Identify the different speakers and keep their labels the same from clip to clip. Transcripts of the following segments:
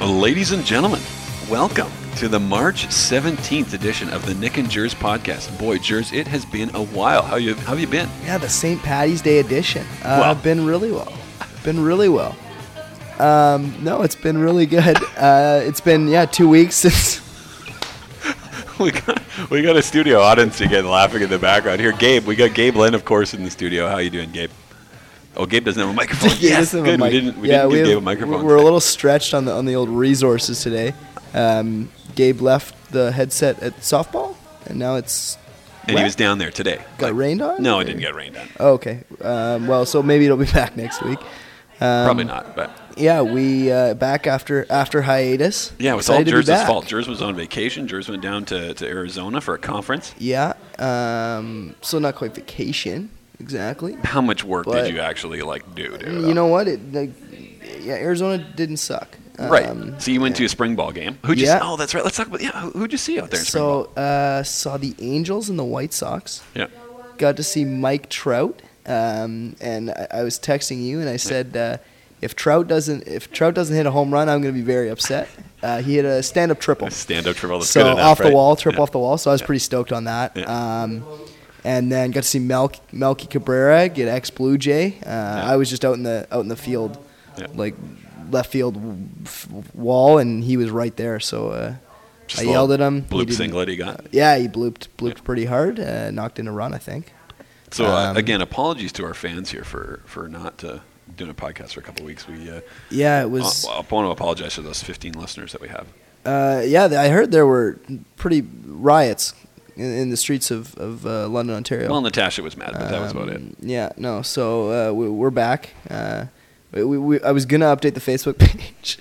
Speaker 1: Ladies and gentlemen, welcome to the March 17th edition of the Nick and Jers podcast. Boy, Jers, it has been a while. How you how have you been?
Speaker 2: Yeah, the St. Patty's Day edition. Uh,
Speaker 1: Wow.
Speaker 2: Been really well. Been really well. Um, no, it's been really good. Uh, it's been yeah two weeks since.
Speaker 1: We got we got a studio audience again laughing in the background. Here, Gabe, we got Gabe Lynn, of course, in the studio. How you doing, Gabe? Oh, Gabe doesn't have a microphone.
Speaker 2: Yeah,
Speaker 1: yes,
Speaker 2: this is a
Speaker 1: good.
Speaker 2: mic-
Speaker 1: We didn't we
Speaker 2: yeah,
Speaker 1: didn't give
Speaker 2: have-
Speaker 1: Gabe a microphone.
Speaker 2: We're a little stretched on the on the old resources today. Um, Gabe left the headset at softball, and now it's
Speaker 1: and he
Speaker 2: wet?
Speaker 1: was down there today.
Speaker 2: got rained on.
Speaker 1: No,
Speaker 2: or-
Speaker 1: it didn't get rained on.
Speaker 2: Oh, okay. Um, well, so maybe it'll be back next week. Um,
Speaker 1: Probably not, but
Speaker 2: Yeah, we uh, back after after hiatus.
Speaker 1: yeah, it was all
Speaker 2: Excited to be
Speaker 1: Jers'
Speaker 2: back.
Speaker 1: fault. Jers was on vacation. Jers went down to, to Arizona for a conference.
Speaker 2: Yeah. Um, so not quite vacation exactly.
Speaker 1: How much work
Speaker 2: But-
Speaker 1: did you actually like do? dude?
Speaker 2: You know what? It, like, yeah, Arizona didn't suck.
Speaker 1: Right.
Speaker 2: Um,
Speaker 1: so you went to a spring ball game. Who'd you
Speaker 2: Yeah.
Speaker 1: see? Oh, that's right. Let's talk about yeah. who- Who'd you see out there in spring ball?
Speaker 2: so uh, saw the Angels and the White Sox.
Speaker 1: Yeah.
Speaker 2: Got to see Mike Trout. Um, and I, I was texting you, and I said, uh, if Trout doesn't if Trout doesn't hit a home run, I'm going to be very upset. Uh, he hit a stand up triple.
Speaker 1: Stand up triple. That's
Speaker 2: so
Speaker 1: good enough,
Speaker 2: off the
Speaker 1: right?
Speaker 2: wall, trip
Speaker 1: Yeah.
Speaker 2: off the wall. So I was pretty stoked on that.
Speaker 1: Yeah.
Speaker 2: Um, and then got to see Mel- Melky Cabrera get ex Blue Jay. Uh, I was just out in the out in the field,
Speaker 1: Yeah.
Speaker 2: like left field w- f- wall, and he was right there. So uh,
Speaker 1: Just
Speaker 2: I
Speaker 1: a little
Speaker 2: yelled at him. He
Speaker 1: Bloop
Speaker 2: didn't- uh,
Speaker 1: singlet he got.
Speaker 2: Yeah, he blooped blooped pretty hard. Uh, knocked in a run, I think.
Speaker 1: So uh,
Speaker 2: um,
Speaker 1: again, apologies to our fans here for for not uh, doing a podcast for a couple of weeks. We uh,
Speaker 2: Yeah, it
Speaker 1: I,
Speaker 2: was.
Speaker 1: I want to apologize to those 15 listeners that we have.
Speaker 2: Uh, yeah, th- I heard there were pretty riots in, in the streets of of uh, London, Ontario.
Speaker 1: Well, Natasha was mad, but that was about it.
Speaker 2: Um, Yeah, no. So uh, we, we're back. Uh, we, we, we, I was gonna update the Facebook page,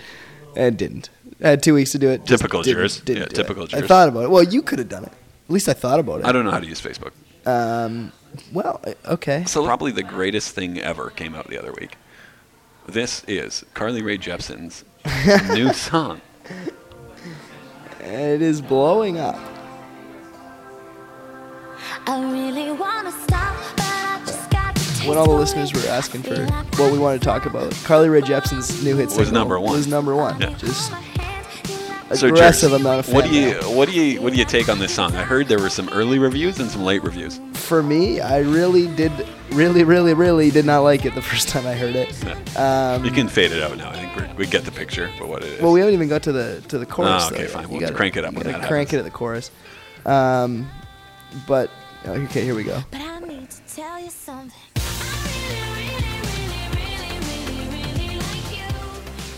Speaker 2: and didn't. I had two weeks to do it. Just
Speaker 1: Typical
Speaker 2: didn't-
Speaker 1: Jers.
Speaker 2: didn't
Speaker 1: Yeah,
Speaker 2: do
Speaker 1: typical
Speaker 2: it. I
Speaker 1: Jers.
Speaker 2: thought about it. Well, you could have done it. At least I thought about it.
Speaker 1: I don't know how to use Facebook.
Speaker 2: Um, well, uh, okay.
Speaker 1: So probably the greatest thing ever came out the other week. This is Carly Rae Jepsen's new song.
Speaker 2: It is blowing up.
Speaker 3: I really wanna stop, but I just got to
Speaker 2: When all the listeners were asking for what we wanted to talk about, Carly Rae Jepsen's new hit
Speaker 1: Was
Speaker 2: single
Speaker 1: number one.
Speaker 2: Was number one.
Speaker 1: Yeah.
Speaker 2: Just
Speaker 1: So,
Speaker 2: aggressive.
Speaker 1: Jers,
Speaker 2: I'm not a fan.
Speaker 1: What do you
Speaker 2: now.
Speaker 1: what do you what do you take on this song? I heard there were some early reviews and some late reviews.
Speaker 2: for me, I really did, really, really, really did not like it the first time I heard it.
Speaker 1: you can fade it out now. I think we're, we get the picture for what it is.
Speaker 2: Um, Well, we haven't even got to the to the chorus.
Speaker 1: Ah, okay,
Speaker 2: though.
Speaker 1: fine.
Speaker 2: You
Speaker 1: We'll crank it up
Speaker 2: you
Speaker 1: when
Speaker 2: gotta
Speaker 1: that
Speaker 2: crank
Speaker 1: happens.
Speaker 2: it at the chorus. Um, but oh, okay, here we go.
Speaker 3: But I need to tell you something.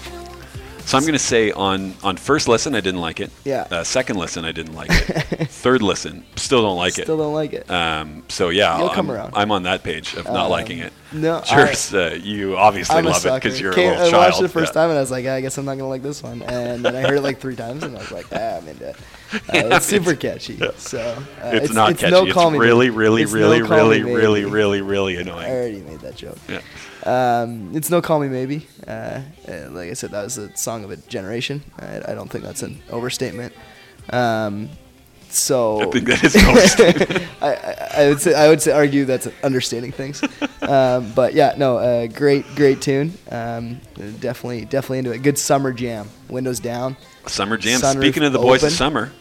Speaker 3: I
Speaker 1: so I'm going to say on on first listen I didn't like it.
Speaker 2: Yeah.
Speaker 1: Uh, second listen I didn't like it. Third listen still don't like
Speaker 2: Still
Speaker 1: it.
Speaker 2: don't like it.
Speaker 1: Um, so yeah,
Speaker 2: You'll
Speaker 1: I'm,
Speaker 2: come around.
Speaker 1: I'm on that page of not liking it.
Speaker 2: no, I-
Speaker 1: Jers, uh, you obviously
Speaker 2: I'm a
Speaker 1: love it
Speaker 2: sucker.
Speaker 1: because you're
Speaker 2: Came-
Speaker 1: a little
Speaker 2: I
Speaker 1: child.
Speaker 2: watched it first
Speaker 1: yeah.
Speaker 2: time and I was like, I guess I'm not gonna like this one. And then I heard it like three times and I was like, ah, I'm into it. Uh, it's super catchy. So uh,
Speaker 1: It's, not catchy.
Speaker 2: No
Speaker 1: it's
Speaker 2: call me
Speaker 1: really,
Speaker 2: baby.
Speaker 1: really,
Speaker 2: It's no
Speaker 1: really,
Speaker 2: Call
Speaker 1: really,
Speaker 2: Me Baby.
Speaker 1: really, really, really
Speaker 2: I
Speaker 1: annoying.
Speaker 2: already made that joke.
Speaker 1: Yeah.
Speaker 2: Um, it's no call me maybe. Uh, uh, like I said, that was a song of a generation. I, I don't think that's an overstatement. Um, so
Speaker 1: I think that is most.
Speaker 2: I, I, I would say I would say argue that's understanding things. um, but yeah, no, uh, great great tune. Um, definitely definitely into it. Good summer jam. Windows down.
Speaker 1: Summer Jam.
Speaker 2: Sunroof
Speaker 1: Speaking of the boys of
Speaker 2: open.
Speaker 1: summer,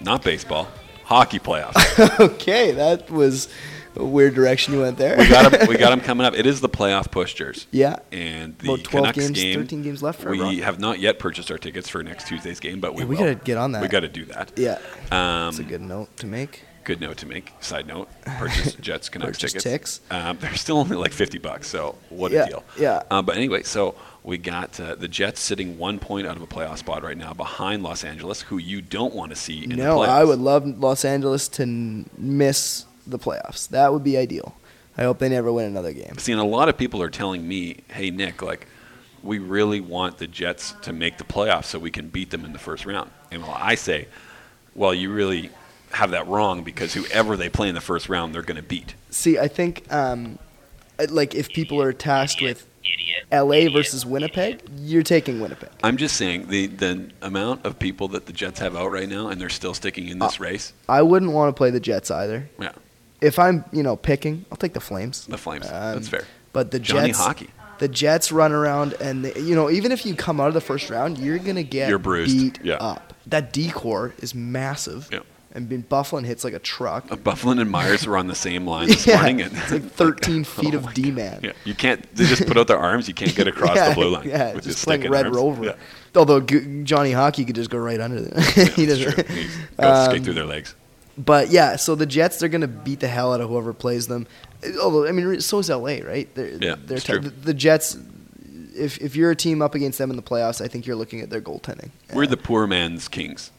Speaker 1: not baseball, hockey playoffs.
Speaker 2: okay, that was a weird direction you went there.
Speaker 1: we got 'em- we got 'em coming up. It is the playoff push, Jers.
Speaker 2: yeah.
Speaker 1: And the
Speaker 2: About 12
Speaker 1: Canucks
Speaker 2: games,
Speaker 1: game.
Speaker 2: 13 games left for
Speaker 1: We
Speaker 2: everyone.
Speaker 1: have not yet purchased our tickets for next Tuesday's game, but we
Speaker 2: Yeah, we
Speaker 1: will.
Speaker 2: gotta get on that.
Speaker 1: We got to do that.
Speaker 2: Yeah.
Speaker 1: Um,
Speaker 2: That's a good note to make.
Speaker 1: good note to make. Side note: purchase Jets Canucks
Speaker 2: Purchase
Speaker 1: tickets.
Speaker 2: ticks.
Speaker 1: Um, they're still only like fifty bucks, so what
Speaker 2: Yeah,
Speaker 1: a deal.
Speaker 2: yeah.
Speaker 1: Uh, but anyway, so we got uh, the Jets sitting one point out of a playoff spot right now behind Los Angeles, who you don't want to see in
Speaker 2: no,
Speaker 1: the playoffs.
Speaker 2: I would love Los Angeles to n- miss the playoffs. That would be ideal. I hope they never win another game.
Speaker 1: See, and a lot of people are telling me, "Hey, Nick, like, we really want the Jets to make the playoffs so we can beat them in the first round." And well, I say, "Well, you really have that wrong because whoever they play in the first round, they're going to beat."
Speaker 2: See, I think um, I- like if people are tasked with LA versus Winnipeg, you're taking Winnipeg.
Speaker 1: I'm just saying the the amount of people that the Jets have out right now, and they're still sticking in
Speaker 2: Uh,
Speaker 1: this race.
Speaker 2: I wouldn't want to play the Jets either.
Speaker 1: Yeah,
Speaker 2: If I'm, you know, picking, I'll take the Flames.
Speaker 1: the Flames.
Speaker 2: Um,
Speaker 1: That's fair.
Speaker 2: But the
Speaker 1: Johnny
Speaker 2: Jets,
Speaker 1: Hockey.
Speaker 2: the Jets run around, and the, you know, even if you come out of the first round, you're gonna get
Speaker 1: You're bruised.
Speaker 2: beat
Speaker 1: Yeah.
Speaker 2: up. That decor is massive.
Speaker 1: Yeah.
Speaker 2: And been Bufflin hits like a truck.
Speaker 1: Uh, Bufflin and Myers were on the same line this morning. And
Speaker 2: it's like 13 feet of D man.
Speaker 1: Oh yeah, you can't. They just put out their arms. You can't get across
Speaker 2: yeah,
Speaker 1: the blue line.
Speaker 2: Yeah,
Speaker 1: with your
Speaker 2: just
Speaker 1: stick
Speaker 2: playing
Speaker 1: and
Speaker 2: Red
Speaker 1: arms.
Speaker 2: Rover.
Speaker 1: Yeah,
Speaker 2: Although G- Johnny Hockey could just go right under them. he
Speaker 1: yeah, that's
Speaker 2: doesn't.
Speaker 1: true. You go skate through their legs.
Speaker 2: But yeah, so the Jets they're gonna beat the hell out of whoever plays them. Although I mean, so is LA, right? They're,
Speaker 1: Yeah,
Speaker 2: they're
Speaker 1: it's
Speaker 2: t-
Speaker 1: true.
Speaker 2: the, the Jets. If if you're a team up against them in the playoffs, I think you're looking at their goaltending.
Speaker 1: We're the poor man's kings,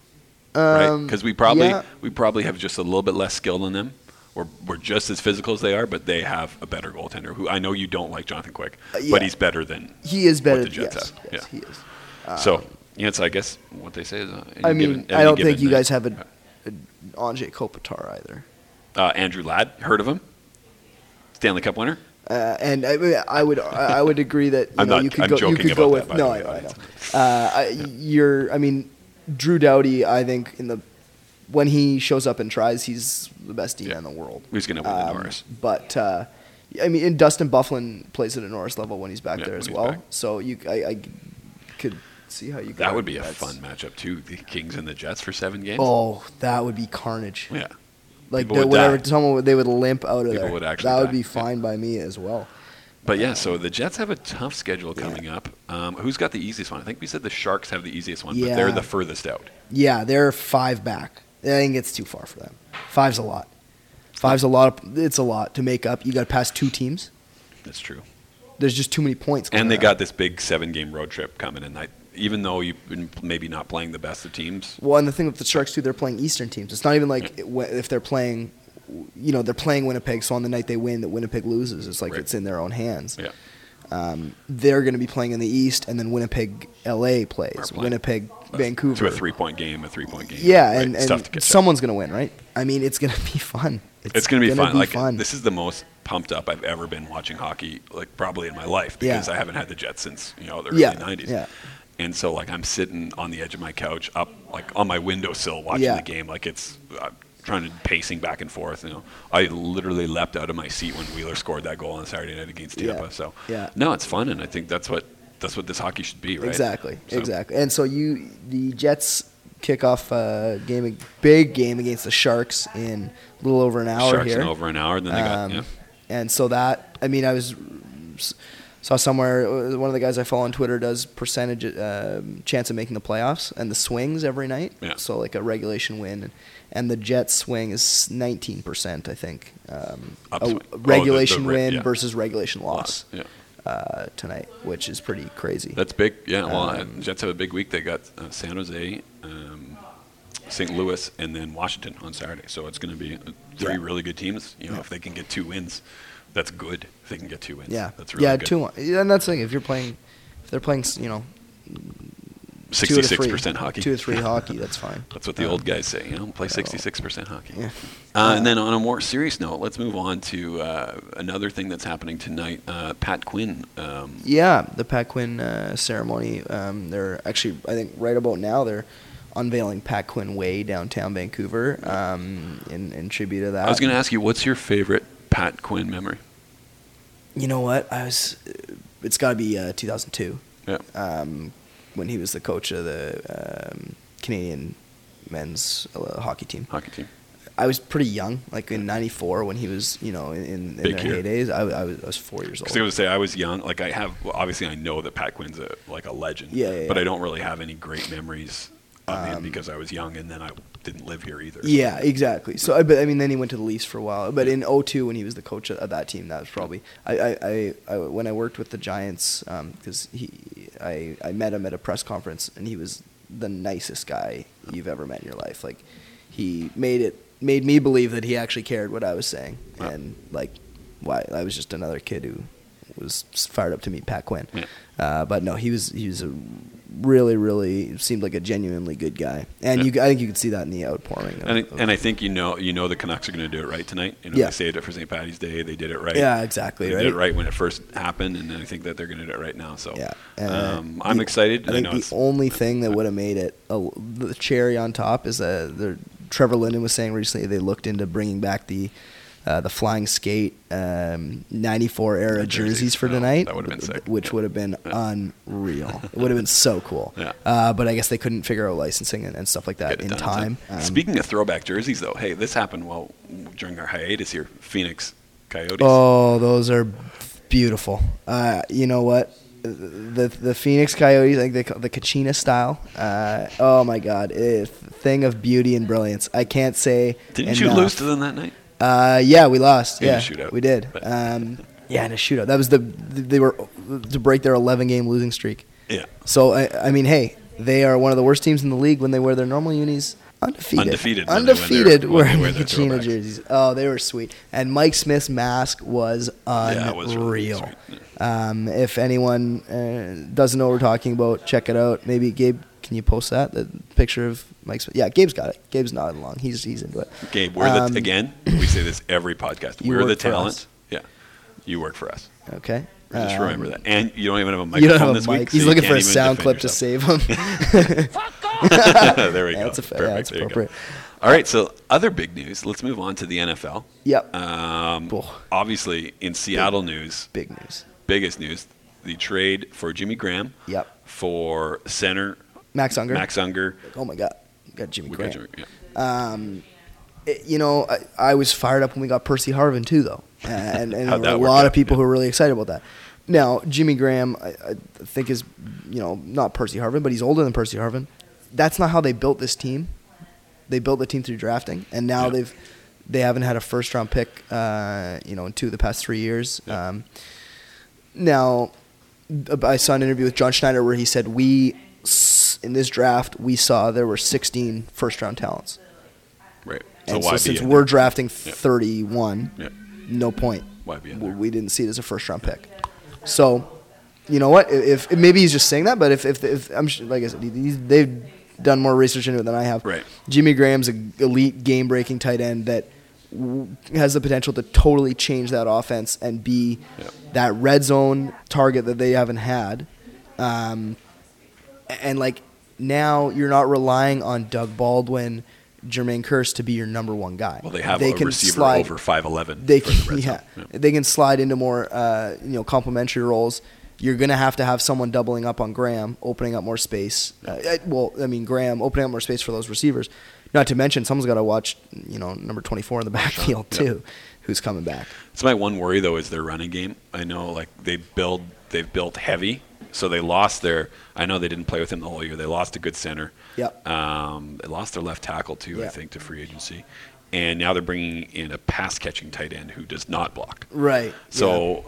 Speaker 1: right?
Speaker 2: Um,
Speaker 1: Because we probably
Speaker 2: yeah.
Speaker 1: we probably have just a little bit less skill than them. We're, we're just as physical as they are, but they have a better goaltender. Who I know you don't like, Jonathan Quick,
Speaker 2: Uh, yeah.
Speaker 1: but he's better than.
Speaker 2: he is better.
Speaker 1: the Jets
Speaker 2: yes,
Speaker 1: have,
Speaker 2: yes,
Speaker 1: yeah.
Speaker 2: he is.
Speaker 1: so yeah, so I guess what they say is. Uh, any
Speaker 2: Uh, I mean,
Speaker 1: given-
Speaker 2: I
Speaker 1: any
Speaker 2: don't think
Speaker 1: given
Speaker 2: you
Speaker 1: night.
Speaker 2: guys have a, a Anjay Kopitar either.
Speaker 1: Uh, Andrew Ladd, heard of him? Stanley Cup winner.
Speaker 2: Uh, and I, mean, I would I I would agree that you
Speaker 1: I'm
Speaker 2: know
Speaker 1: not-
Speaker 2: you could
Speaker 1: I'm
Speaker 2: go you
Speaker 1: joking
Speaker 2: could go
Speaker 1: about that, by
Speaker 2: with
Speaker 1: the
Speaker 2: no I know
Speaker 1: way.
Speaker 2: I know uh, I, you're I mean Drew Doughty I think in the when he shows up and tries he's the best D
Speaker 1: Yeah.
Speaker 2: in the world
Speaker 1: Who's going to win the
Speaker 2: Um,
Speaker 1: Norris?
Speaker 2: but uh, I mean and Dustin Bufflin plays at a Norris level when he's back
Speaker 1: Yeah,
Speaker 2: there
Speaker 1: when
Speaker 2: as
Speaker 1: he's
Speaker 2: well
Speaker 1: back.
Speaker 2: so you I, I could see how you could
Speaker 1: That would be a
Speaker 2: argue that's-
Speaker 1: fun matchup too. The Kings and the Jets for seven games.
Speaker 2: oh that would be carnage
Speaker 1: yeah.
Speaker 2: like
Speaker 1: people
Speaker 2: the,
Speaker 1: would
Speaker 2: whatever
Speaker 1: die.
Speaker 2: someone would- they would limp out of
Speaker 1: People
Speaker 2: there
Speaker 1: would actually
Speaker 2: that would
Speaker 1: die,
Speaker 2: be
Speaker 1: yeah.
Speaker 2: fine by me as well.
Speaker 1: But yeah, so the Jets have a tough schedule coming up. Um, who's got the easiest one? I think we said the Sharks have the easiest one, but they're
Speaker 2: Yeah.
Speaker 1: the furthest out.
Speaker 2: Yeah, they're five back. I think it's too far for them. Five's a lot. Five's a lot. Of, it's a lot to make up. You got to pass two teams.
Speaker 1: That's true.
Speaker 2: There's just too many points. going
Speaker 1: And they
Speaker 2: around.
Speaker 1: got this big seven-game road trip coming, and I, even though you've been maybe not playing the best of teams,
Speaker 2: Well, and the thing with the Sharks too, they're playing Eastern teams. It's not even like it- wh- if they're playing, you know, they're playing Winnipeg. So on the night they win, that Winnipeg loses. It's like
Speaker 1: Right.
Speaker 2: it's in their own hands. Um,
Speaker 1: yeah,
Speaker 2: They're going to be playing in the East, and then Winnipeg, LA plays.
Speaker 1: playing.
Speaker 2: Winnipeg,
Speaker 1: Uh,
Speaker 2: Vancouver.
Speaker 1: to a three-point game, a three-point game.
Speaker 2: Yeah,
Speaker 1: right?
Speaker 2: and,
Speaker 1: It's tough to
Speaker 2: and
Speaker 1: catch up.
Speaker 2: someone's going to win, right? I mean, it's going to be fun.
Speaker 1: It's going to be fun. like this is the most pumped up I've ever been watching hockey, like probably in my life, because
Speaker 2: Yeah.
Speaker 1: I haven't had the Jets since you know the early
Speaker 2: Yeah,
Speaker 1: '90s.
Speaker 2: yeah.
Speaker 1: And so like I'm sitting on the edge of my couch, up like on my windowsill watching
Speaker 2: Yeah.
Speaker 1: the game, like it's uh, trying to pacing back and forth. You know, I literally leapt out of my seat when Wheeler scored that goal on Saturday night against
Speaker 2: Yeah,
Speaker 1: Tampa. So
Speaker 2: yeah.
Speaker 1: no, it's fun, and I think that's what that's what this hockey should be, right?
Speaker 2: Exactly,
Speaker 1: So-
Speaker 2: exactly. And so you, the Jets kick off a game, big game against the Sharks in a little over an hour
Speaker 1: Sharks
Speaker 2: here.
Speaker 1: in over an hour, then they
Speaker 2: Um,
Speaker 1: got yeah.
Speaker 2: And so that, I mean, I was saw somewhere uh, one of the guys I follow on Twitter does percentage um, chance of making the playoffs and the swings every night.
Speaker 1: Yeah.
Speaker 2: So like a regulation win, and, and the Jets swing is nineteen percent, I think. Um,
Speaker 1: Upswing.
Speaker 2: a
Speaker 1: Oh, the- the
Speaker 2: regulation
Speaker 1: re-
Speaker 2: win
Speaker 1: yeah.
Speaker 2: versus regulation loss.
Speaker 1: Yeah.
Speaker 2: Uh, tonight, which is pretty crazy.
Speaker 1: That's big. Yeah. Well,
Speaker 2: Um,
Speaker 1: Jets have a big week. They got uh, San Jose, um, St. Louis, and then Washington on Saturday. So it's going to be uh, three
Speaker 2: Yeah.
Speaker 1: really good teams. You know,
Speaker 2: Yeah.
Speaker 1: if they can get two wins, that's good. If they can get two wins,
Speaker 2: Yeah,
Speaker 1: that's really
Speaker 2: yeah,
Speaker 1: good.
Speaker 2: two one. Yeah, and that's the thing. If you're playing, if they're playing, you know, two to
Speaker 1: Sixty-six
Speaker 2: three,
Speaker 1: percent hockey.
Speaker 2: two to three hockey, that's fine.
Speaker 1: That's what the old guys say. You know, play sixty-six percent hockey.
Speaker 2: Yeah.
Speaker 1: Uh, and then on a more serious note, let's move on to uh, another thing that's happening tonight. Uh, Pat Quinn. Um,
Speaker 2: Yeah, the Pat Quinn uh, ceremony. Um, they're actually, I think, right about now they're unveiling Pat Quinn Way downtown Vancouver. Um, in, in tribute to that,
Speaker 1: I was going to ask you, what's your favorite Pat Quinn memory?
Speaker 2: You know what? I was. It's got to be uh, 2002
Speaker 1: Yeah.
Speaker 2: um, when he was the coach of the um, Canadian men's uh, hockey team.
Speaker 1: Hockey team.
Speaker 2: I was pretty young, like in '94 when he was, you know, in, in their
Speaker 1: Big year.
Speaker 2: heydays. I, I, was, I was four years
Speaker 1: Because I
Speaker 2: old.
Speaker 1: would say I was young. Like I have, well, obviously I know that Pat Quinn's a, like a legend.
Speaker 2: Yeah, yeah,
Speaker 1: But
Speaker 2: yeah. Um,
Speaker 1: I don't really have any great memories of him because I was young and then I didn't live here either.
Speaker 2: Yeah, exactly. So, I, but I mean, then he went to the Leafs for a while. But in '02 when he was the coach of, of that team, that was probably I, I, I, I when I worked with the Giants because he I, I met him at a press conference and he was the nicest guy you've ever met in your life. Like he made it made me believe that he actually cared what I was saying
Speaker 1: Wow.
Speaker 2: and like why I was just another kid who was fired up to meet Pat Quinn.
Speaker 1: Yeah.
Speaker 2: Uh, but no, he was he was a really really seemed like a genuinely good guy, and you I think you could see that in the outpouring. Of,
Speaker 1: And I,
Speaker 2: of-
Speaker 1: and I think you know you know the Canucks are going to do it right tonight. You know
Speaker 2: Yeah.
Speaker 1: they saved it for St. Patty's Day. They did it right.
Speaker 2: yeah, exactly
Speaker 1: They
Speaker 2: right.
Speaker 1: did it right when it first happened, and I think that they're going to do it right now. So
Speaker 2: Yeah, and, uh,
Speaker 1: um, I'm
Speaker 2: the-
Speaker 1: excited.
Speaker 2: I
Speaker 1: I,
Speaker 2: think
Speaker 1: know
Speaker 2: the
Speaker 1: it's,
Speaker 2: only thing that would have made it a, the cherry on top is that the Trevor Linden was saying recently they looked into bringing back the uh, the flying skate um, 94 era
Speaker 1: The
Speaker 2: jerseys,
Speaker 1: jerseys.
Speaker 2: for
Speaker 1: Oh,
Speaker 2: tonight.
Speaker 1: that would've been sick.
Speaker 2: Which would have been unreal. it would have been so cool.
Speaker 1: Yeah.
Speaker 2: Uh, but I guess they couldn't figure out licensing and, and stuff like that
Speaker 1: Get it
Speaker 2: in
Speaker 1: done in
Speaker 2: time. Um,
Speaker 1: Speaking of throwback jerseys, though, hey, this happened while during our hiatus here. Phoenix Coyotes.
Speaker 2: Oh, those are beautiful. Uh, you know what? The the Phoenix Coyotes, like they call the Kachina style. Uh, oh my God, it, thing of beauty and brilliance. I can't say.
Speaker 1: Didn't you
Speaker 2: enough.
Speaker 1: lose to them that night?
Speaker 2: Uh, yeah, we lost.
Speaker 1: In a
Speaker 2: yeah,
Speaker 1: shootout,
Speaker 2: we did.
Speaker 1: but-
Speaker 2: Um, yeah, in a shootout. That was the they were to break their 11 game losing streak.
Speaker 1: Yeah.
Speaker 2: So I, I mean, hey, they are one of the worst teams in the league when they wear their normal unis. Undefeated,
Speaker 1: Undefeated when they wear their-
Speaker 2: undefeated.
Speaker 1: when they
Speaker 2: wearing
Speaker 1: wear their
Speaker 2: Kachina
Speaker 1: throwbacks.
Speaker 2: jerseys. Oh, they were sweet. And Mike Smith's mask was unreal.
Speaker 1: Yeah, it was really sweet,
Speaker 2: Um, if anyone uh, doesn't know what we're talking about, check it out. Maybe Gabe, can you post that the picture of Mike Smith? Yeah, Gabe's got it. Gabe's nodding along. He's he's into it.
Speaker 1: Gabe, we're the
Speaker 2: Um,
Speaker 1: again. We say this every podcast.
Speaker 2: you
Speaker 1: We're the
Speaker 2: work for us.
Speaker 1: talent. Yeah, you work for us.
Speaker 2: Okay.
Speaker 1: Just
Speaker 2: Um,
Speaker 1: remember that. And you don't even have a microphone
Speaker 2: You don't have
Speaker 1: this
Speaker 2: a mic.
Speaker 1: week. so
Speaker 2: He's
Speaker 1: you
Speaker 2: looking
Speaker 1: can't
Speaker 2: for a
Speaker 1: even
Speaker 2: sound
Speaker 1: defend
Speaker 2: clip to
Speaker 1: yourself.
Speaker 2: save him.
Speaker 1: there we go.
Speaker 2: Yeah, that's a fa-
Speaker 1: Perfect.
Speaker 2: yeah, that's
Speaker 1: There you go.
Speaker 2: appropriate.
Speaker 1: All right. So other big news. Let's move on to the NFL.
Speaker 2: yep.
Speaker 1: Um,
Speaker 2: Boy.
Speaker 1: obviously, in Seattle news,
Speaker 2: Big news.
Speaker 1: biggest news, the trade for Jimmy Graham
Speaker 2: Yep.
Speaker 1: for center
Speaker 2: Max Unger.
Speaker 1: Max Unger.
Speaker 2: Oh my God. We got Jimmy
Speaker 1: We
Speaker 2: Graham.
Speaker 1: got Jimmy, yeah.
Speaker 2: Um, It- you know, I, I was fired up when we got Percy Harvin too, though, Uh, and, and
Speaker 1: How'd
Speaker 2: there
Speaker 1: that
Speaker 2: were
Speaker 1: work
Speaker 2: a lot
Speaker 1: out?
Speaker 2: of
Speaker 1: Yeah.
Speaker 2: people who were really excited about that. Now, Jimmy Graham, I, I think is, you know, not Percy Harvin, but he's older than Percy Harvin. That's not how they built this team. They built the team through drafting, and now
Speaker 1: Yeah.
Speaker 2: they've they haven't had a first round pick, uh, you know, in two of the past three years.
Speaker 1: Yeah.
Speaker 2: Um, now, uh, I saw an interview with John Schneider where he said we s- in this draft we saw there were 16 first round talents.
Speaker 1: Right.
Speaker 2: And
Speaker 1: why
Speaker 2: so
Speaker 1: be
Speaker 2: since
Speaker 1: in
Speaker 2: we're
Speaker 1: there?
Speaker 2: drafting
Speaker 1: Yeah.
Speaker 2: 31,
Speaker 1: Yeah.
Speaker 2: no point.
Speaker 1: Why be in
Speaker 2: We-
Speaker 1: there?
Speaker 2: We didn't see it as a first round pick. So, you know what? If, if maybe he's just saying that, but if if, if I'm sh- like I said, he's, they've done more research into it than I have.
Speaker 1: Right.
Speaker 2: Jimmy Graham's an elite game breaking tight end that w- has the potential to totally change that offense and be
Speaker 1: Yep.
Speaker 2: that red zone target that they haven't had. Um, a- and like now you're not relying on Doug Baldwin, Jermaine Curse to be your number one guy.
Speaker 1: Well, they have a receiver over five eleven.
Speaker 2: They can,
Speaker 1: red
Speaker 2: yeah,
Speaker 1: zone. Yeah.
Speaker 2: they can slide into more uh, you know complementary roles. You're gonna have to have someone doubling up on Graham, opening up more space. Uh, eh, well, I mean Graham opening up more space for those receivers. Not to mention someone's got to watch you know number 24 in the backfield
Speaker 1: yeah.
Speaker 2: too, who's coming back.
Speaker 1: It's my one worry though is their running game. I know like they build they've built heavy, so they lost their. I know they didn't play with him the whole year. They lost a good center.
Speaker 2: Yep.
Speaker 1: Um, they lost their left tackle too,
Speaker 2: Yeah.
Speaker 1: I think, to free agency, and now they're bringing in a pass catching tight end who does not block.
Speaker 2: Right.
Speaker 1: So,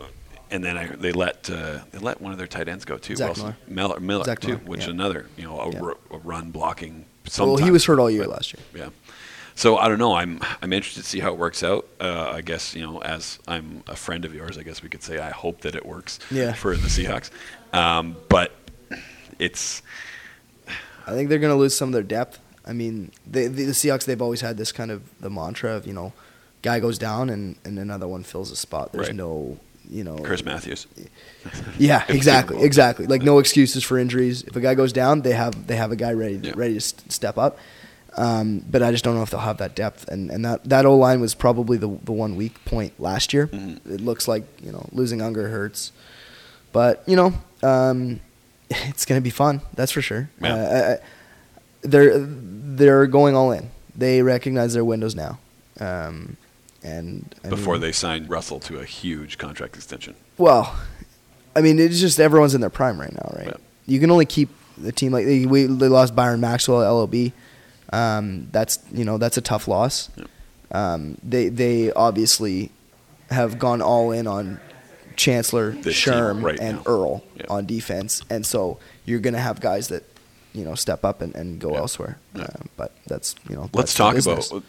Speaker 1: and then I, they let uh, they let one of their tight ends go too.
Speaker 2: Zach
Speaker 1: Wilson- Miller, Miller
Speaker 2: Zach
Speaker 1: too,
Speaker 2: Miller,
Speaker 1: which
Speaker 2: yeah.
Speaker 1: another you know a,
Speaker 2: Yeah.
Speaker 1: ru- a run blocking.
Speaker 2: well,
Speaker 1: Sometimes.
Speaker 2: he was hurt all year last year.
Speaker 1: Yeah. So I don't know. I'm I'm interested to see how it works out. Uh, I guess you know, as I'm a friend of yours, I guess we could say I hope that it works
Speaker 2: Yeah.
Speaker 1: for the Seahawks. Um, but it's
Speaker 2: I think they're going to lose some of their depth. I mean, they, the, the Seahawks, they've always had this kind of the mantra of, you know, guy goes down and, and another one fills a spot. There's
Speaker 1: Right.
Speaker 2: no, you know.
Speaker 1: Chris Matthews.
Speaker 2: Yeah,
Speaker 1: If
Speaker 2: exactly,
Speaker 1: capable.
Speaker 2: exactly. Like no excuses for injuries. If a guy goes down, they have they have a guy ready to,
Speaker 1: Yeah.
Speaker 2: ready to s- step up. Um, but I just don't know if they'll have that depth. And and that that O line was probably the the one weak point last year.
Speaker 1: Mhm.
Speaker 2: It looks like you know losing Unger hurts, but you know um, it's gonna be fun. That's for sure.
Speaker 1: Yeah.
Speaker 2: Uh, I, I, they're they're going all in. They recognize their windows now. Um, and I
Speaker 1: Before
Speaker 2: mean-
Speaker 1: they signed Russell to a huge contract extension,
Speaker 2: well, I mean, it's just everyone's in their prime right now, right?
Speaker 1: Yeah.
Speaker 2: You can only keep the team like they, we, they lost Byron Maxwell at LOB. Um, that's you know that's a tough loss.
Speaker 1: Yeah.
Speaker 2: Um, they they obviously have gone all in on Chancellor,
Speaker 1: This team
Speaker 2: Sherm,
Speaker 1: right
Speaker 2: and
Speaker 1: now.
Speaker 2: Earl
Speaker 1: Yeah.
Speaker 2: on defense, and so you're gonna have guys that you know step up and, and go
Speaker 1: Yeah.
Speaker 2: elsewhere.
Speaker 1: Yeah.
Speaker 2: Um, but that's you know
Speaker 1: let's
Speaker 2: that's the
Speaker 1: talk
Speaker 2: business.
Speaker 1: about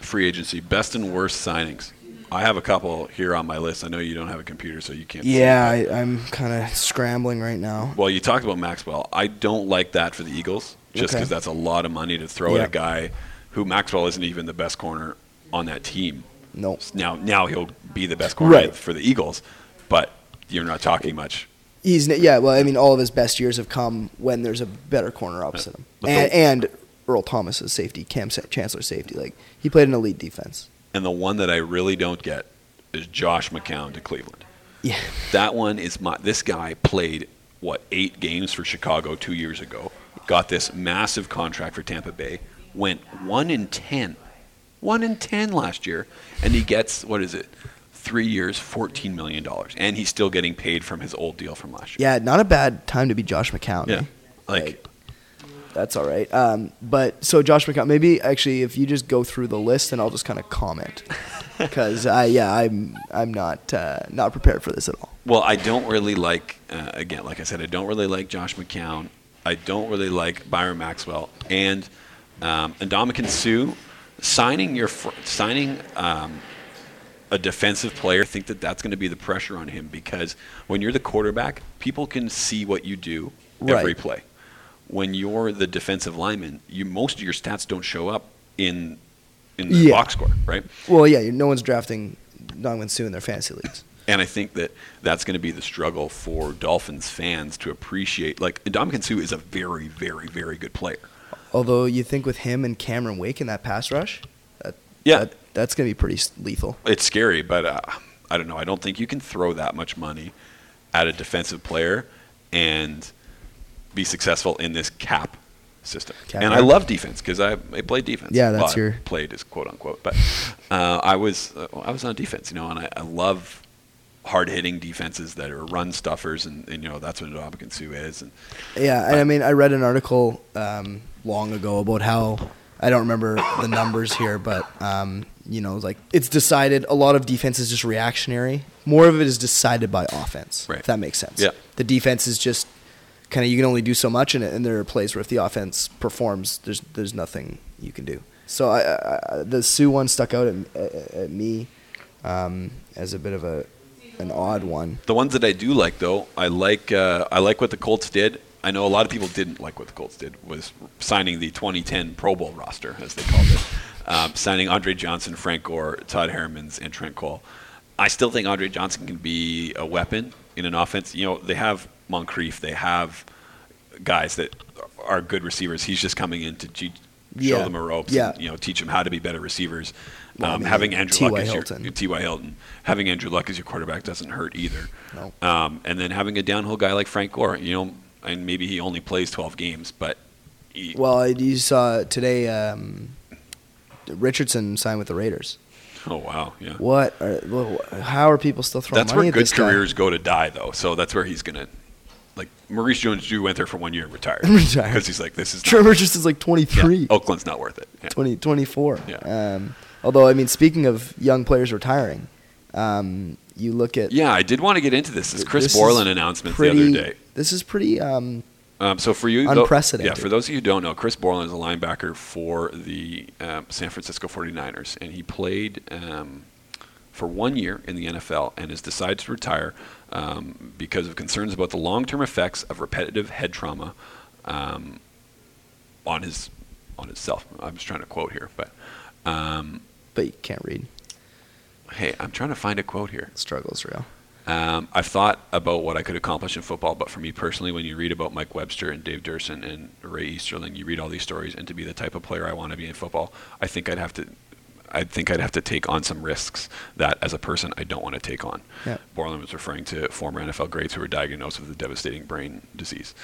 Speaker 1: free agency best and worst signings. I have a couple here on my list. I know you don't have a computer, so you can't. see
Speaker 2: yeah.
Speaker 1: it, but-
Speaker 2: I, I'm kind of scrambling right now.
Speaker 1: Well, you talked about Maxwell. I don't like that for the Eagles, just
Speaker 2: Okay.
Speaker 1: because that's a lot of money to throw
Speaker 2: Yeah.
Speaker 1: at a guy who Maxwell isn't even the best corner on that team.
Speaker 2: No,
Speaker 1: Now, now he'll be the best corner
Speaker 2: Right.
Speaker 1: for the Eagles, but you're not talking much.
Speaker 2: He's n- yeah. Well, I mean, all of his best years have come when there's a better corner opposite him,
Speaker 1: But
Speaker 2: and,
Speaker 1: the-
Speaker 2: and Earl Thomas's safety, Cam Sa- Chancellor safety. Like he played an elite defense.
Speaker 1: And the one that I really don't get is Josh McCown to Cleveland.
Speaker 2: Yeah.
Speaker 1: That one is my. This guy played what eight games for Chicago two years ago. Got this massive contract for Tampa Bay. Went one in ten, one in ten last year, and he gets what is it? Three years, fourteen million dollars, and he's still getting paid from his old deal from last year.
Speaker 2: Yeah, not a bad time to be Josh McCown. eh?
Speaker 1: Yeah, like,
Speaker 2: Like, that's all right. Um, but so Josh McCown, maybe actually, if you just go through the list, and I'll just kind of comment, because I yeah, I'm I'm not uh, not prepared for this at all.
Speaker 1: Well, I don't really like, uh, again, like I said, I don't really like Josh McCown. I don't really like Byron Maxwell. And um, Indomitian Sue, signing your fr- signing um, a defensive player, I think that that's going to be the pressure on him because when you're the quarterback, people can see what you do every
Speaker 2: Right.
Speaker 1: play. When you're the defensive lineman, you most of your stats don't show up in in the
Speaker 2: Yeah.
Speaker 1: box score, right?
Speaker 2: Well, yeah, no one's drafting Nongman Sue in their fantasy leagues.
Speaker 1: And I think that that's going to be the struggle for Dolphins fans to appreciate. Like, Dominican Sue is a very, very, very good player.
Speaker 2: Although you think with him and Cameron Wake in that pass rush, that,
Speaker 1: Yeah.
Speaker 2: that, that's gonna be pretty s- lethal.
Speaker 1: It's scary, but uh, I don't know. I don't think you can throw that much money at a defensive player and be successful in this cap system.
Speaker 2: Cap,
Speaker 1: and I
Speaker 2: yeah.
Speaker 1: love defense because I, I played defense.
Speaker 2: Yeah, that's
Speaker 1: Well, I
Speaker 2: your-
Speaker 1: played is quote unquote, but uh, I was uh, I was on defense, you know, and I, I love hard hitting defenses that are run stuffers, and, and you know that's what Dominican Sue is, and
Speaker 2: Yeah, and I mean, I read an article um, long ago about how I don't remember the numbers here, but um, you know, like it's decided. A lot of defense is just reactionary. More of it is decided by offense.
Speaker 1: Right.
Speaker 2: If that makes sense.
Speaker 1: Yeah.
Speaker 2: The defense is just kind of you can only do so much, and, and there are plays where if the offense performs, there's there's nothing you can do. So I, I, I- the Sue one stuck out at, at, at me um, as a bit of a an odd one.
Speaker 1: The ones that I do like, though, I like uh, I like what the Colts did. I know a lot of people didn't like what the Colts did was signing the 2010 Pro Bowl roster, as they called it, um, signing Andre Johnson, Frank Gore, Todd Hermans, and Trent Cole. I still think Andre Johnson can be a weapon in an offense. You know, they have Moncrief, they have guys that are good receivers. He's just coming in to teach, show
Speaker 2: Yeah.
Speaker 1: them a ropes,
Speaker 2: Yeah.
Speaker 1: and, you know, teach them how to be better receivers.
Speaker 2: Well, I
Speaker 1: um,
Speaker 2: mean,
Speaker 1: having Andrew
Speaker 2: T.Y.
Speaker 1: Luck as your-
Speaker 2: Hilton.
Speaker 1: T.Y. Hilton. Having Andrew Luck as your quarterback doesn't hurt either.
Speaker 2: No.
Speaker 1: Um, and then having a downhill guy like Frank Gore, you know, and maybe he only plays 12 games, but he,
Speaker 2: Well, I- you saw today um, Richardson signed with the Raiders.
Speaker 1: oh wow, yeah.
Speaker 2: What? Are, wh- wh- how are people still throwing
Speaker 1: That's
Speaker 2: money
Speaker 1: where
Speaker 2: at
Speaker 1: good
Speaker 2: this guy?
Speaker 1: careers go to die, though. So that's where he's gonna, like Maurice Jones-Drew went there for one year and retired
Speaker 2: Retired.
Speaker 1: because he's like, this is
Speaker 2: Trent
Speaker 1: not,
Speaker 2: Richardson's like
Speaker 1: yeah,
Speaker 2: 23,
Speaker 1: Oakland's not worth it. Yeah.
Speaker 2: 20, 24.
Speaker 1: Yeah.
Speaker 2: Um, although, I mean, speaking of young players retiring, um, you look at
Speaker 1: Yeah, I did want to get into this. This Chris
Speaker 2: This is
Speaker 1: Borland announcement the
Speaker 2: pretty-
Speaker 1: other day.
Speaker 2: This is pretty. Um,
Speaker 1: Um, so for you, tho-
Speaker 2: Unprecedented.
Speaker 1: yeah, for those of you who don't know, Chris Borland is a linebacker for the um, San Francisco 49ers, and he played um, for one year in the NFL and has decided to retire um, because of concerns about the long-term effects of repetitive head trauma um, on his on himself. I'm just trying to quote here, but um,
Speaker 2: but you can't read.
Speaker 1: hey, I'm trying to find a quote here.
Speaker 2: Struggles real.
Speaker 1: Um, I've thought about what I could accomplish in football, but for me personally, when you read about Mike Webster and Dave Durson and Ray Easterling, you read all these stories, and to be the type of player I want to be in football, I think I'd have to, I think I'd have to take on some risks that, as a person, I don't want to take on.
Speaker 2: Yeah.
Speaker 1: Borland was referring to former NFL greats who were diagnosed with a devastating brain disease.